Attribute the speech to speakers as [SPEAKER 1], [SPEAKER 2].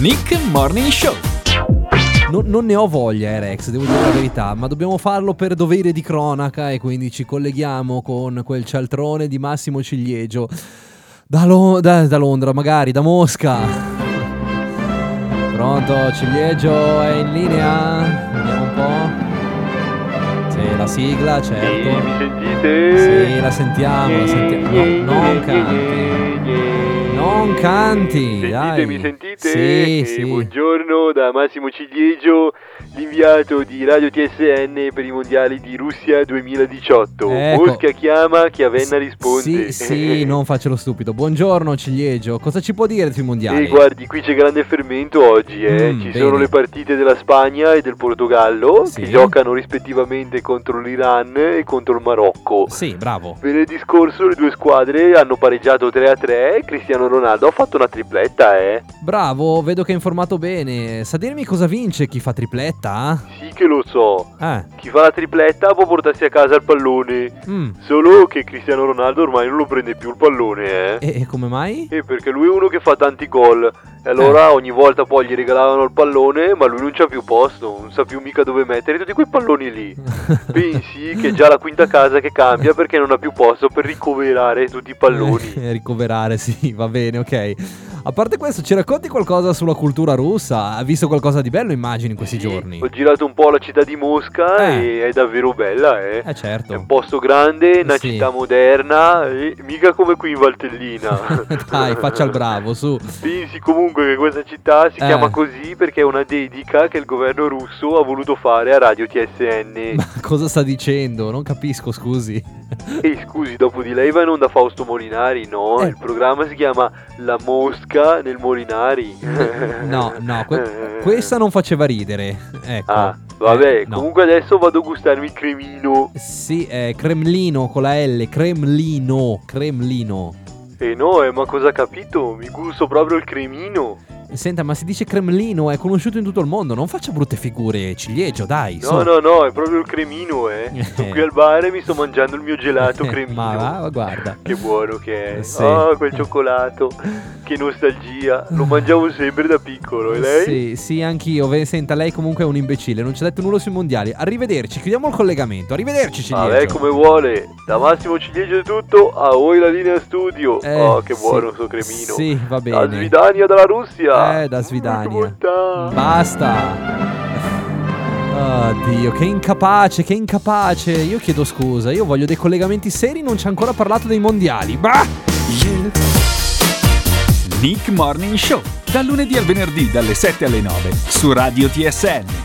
[SPEAKER 1] Nick Morning Show.
[SPEAKER 2] No- non ne ho voglia, eh, Rex, devo dire la verità, ma dobbiamo farlo per dovere di cronaca e quindi ci colleghiamo con quel cialtrone di Massimo Ciliegio. Da, Lo- da- da Londra, magari, da Mosca. Pronto, Ciliegio è in linea? Vediamo un po'. Sì, la sigla, certo.
[SPEAKER 3] Sì, mi sentite?
[SPEAKER 2] Sì, la sentiamo, la sentiamo. No,
[SPEAKER 3] Yeah,
[SPEAKER 2] non
[SPEAKER 3] yeah,
[SPEAKER 2] canti.
[SPEAKER 3] yeah, yeah.
[SPEAKER 2] Non canti,
[SPEAKER 3] Sentite,
[SPEAKER 2] dai.
[SPEAKER 3] mi sentite?
[SPEAKER 2] Sì,
[SPEAKER 3] Eh,
[SPEAKER 2] sì.
[SPEAKER 3] Buongiorno da Massimo Ciliegio, l'inviato di Radio TSN per i mondiali di Russia 2018.
[SPEAKER 2] Ecco.
[SPEAKER 3] Mosca chiama, Chiavenna
[SPEAKER 2] Sì,
[SPEAKER 3] risponde.
[SPEAKER 2] sì, non faccia lo stupido. Buongiorno Ciliegio, cosa ci può dire sui mondiali?
[SPEAKER 3] E guardi, qui c'è grande fermento oggi, eh.
[SPEAKER 2] Mm,
[SPEAKER 3] Ci
[SPEAKER 2] bene.
[SPEAKER 3] sono le partite della Spagna e del Portogallo
[SPEAKER 2] Sì.
[SPEAKER 3] che giocano rispettivamente contro l'Iran e contro il Marocco.
[SPEAKER 2] Sì, bravo.
[SPEAKER 3] Venerdì scorso le due squadre hanno pareggiato 3 a 3 e Cristiano Ronaldo ha fatto una tripletta, eh.
[SPEAKER 2] Bravo, vedo che è informato bene. Sa dirmi cosa vince chi fa tripletta?
[SPEAKER 3] Sì che lo so.
[SPEAKER 2] Eh,
[SPEAKER 3] Chi fa la tripletta può portarsi a casa il pallone.
[SPEAKER 2] mm.
[SPEAKER 3] Solo che Cristiano Ronaldo ormai non lo prende più il pallone, eh.
[SPEAKER 2] E, e come mai?
[SPEAKER 3] Eh, perché lui è uno che fa tanti gol. E allora ogni volta poi gli regalavano il pallone, ma lui non c'ha più posto, non sa più mica dove mettere tutti quei palloni lì. Pensi che è già la quinta casa che cambia perché non ha più posto per ricoverare tutti i palloni.
[SPEAKER 2] Eh, Ricoverare, sì, va bene, ok. A parte questo, ci racconti qualcosa sulla cultura russa? Ha visto qualcosa di bello, immagini, in questi
[SPEAKER 3] Sì,
[SPEAKER 2] giorni?
[SPEAKER 3] Ho girato un po' la città di Mosca
[SPEAKER 2] Eh.
[SPEAKER 3] e è davvero bella, eh.
[SPEAKER 2] Eh, certo.
[SPEAKER 3] È un posto grande, una
[SPEAKER 2] Sì.
[SPEAKER 3] città moderna, e mica come qui in Valtellina.
[SPEAKER 2] Dai, faccia il bravo, su.
[SPEAKER 3] Pensi comunque che questa città si
[SPEAKER 2] Eh.
[SPEAKER 3] chiama così perché è una dedica che il governo russo ha voluto fare a Radio TSN.
[SPEAKER 2] Ma cosa sta dicendo? Non capisco, scusi.
[SPEAKER 3] E scusi, dopo di lei va in onda Fausto Molinari, no?
[SPEAKER 2] Eh.
[SPEAKER 3] Il programma si chiama La Mosca nel Molinari.
[SPEAKER 2] No, no, que- questa non faceva ridere. Ecco.
[SPEAKER 3] Ah, vabbè,
[SPEAKER 2] Eh, no.
[SPEAKER 3] comunque adesso vado a gustarmi il cremino.
[SPEAKER 2] Sì, è Cremlino con la L, Cremlino, Cremlino.
[SPEAKER 3] E no, eh, ma cosa ha capito? Mi gusto proprio il cremino.
[SPEAKER 2] Senta, ma si dice Cremlino, è conosciuto in tutto il mondo, non faccia brutte figure, ciliegio, dai.
[SPEAKER 3] No, no, no, è proprio il cremino, eh. Sono qui al bar e mi sto mangiando il mio gelato cremino.
[SPEAKER 2] Ma va, ma guarda.
[SPEAKER 3] Che buono che è.
[SPEAKER 2] Sì.
[SPEAKER 3] Ah, quel cioccolato. Che nostalgia. Lo mangiavo sempre da piccolo, e lei?
[SPEAKER 2] Sì, sì, anch'io. Ve- Senta, lei comunque è un imbecille, non ci ha detto nulla sui mondiali. Arrivederci, chiudiamo il collegamento. Arrivederci, ciliegio.
[SPEAKER 3] Ah, lei come vuole. Da Massimo Ciliegio è tutto, a voi la linea studio.
[SPEAKER 2] Eh,
[SPEAKER 3] oh, che
[SPEAKER 2] sì.
[SPEAKER 3] buono Ah, sto cremino.
[SPEAKER 2] Sì, va bene.
[SPEAKER 3] Da Svidania dalla Russia.
[SPEAKER 2] Eh, da
[SPEAKER 3] Mm, che
[SPEAKER 2] Svidania.
[SPEAKER 3] bontà.
[SPEAKER 2] Basta. Oddio, che incapace, che incapace. Io chiedo scusa, io voglio dei collegamenti seri, non ci ha ancora parlato dei mondiali. Bah!
[SPEAKER 1] Nick Morning Show. Dal lunedì al venerdì dalle 7 alle 9 su Radio TSN.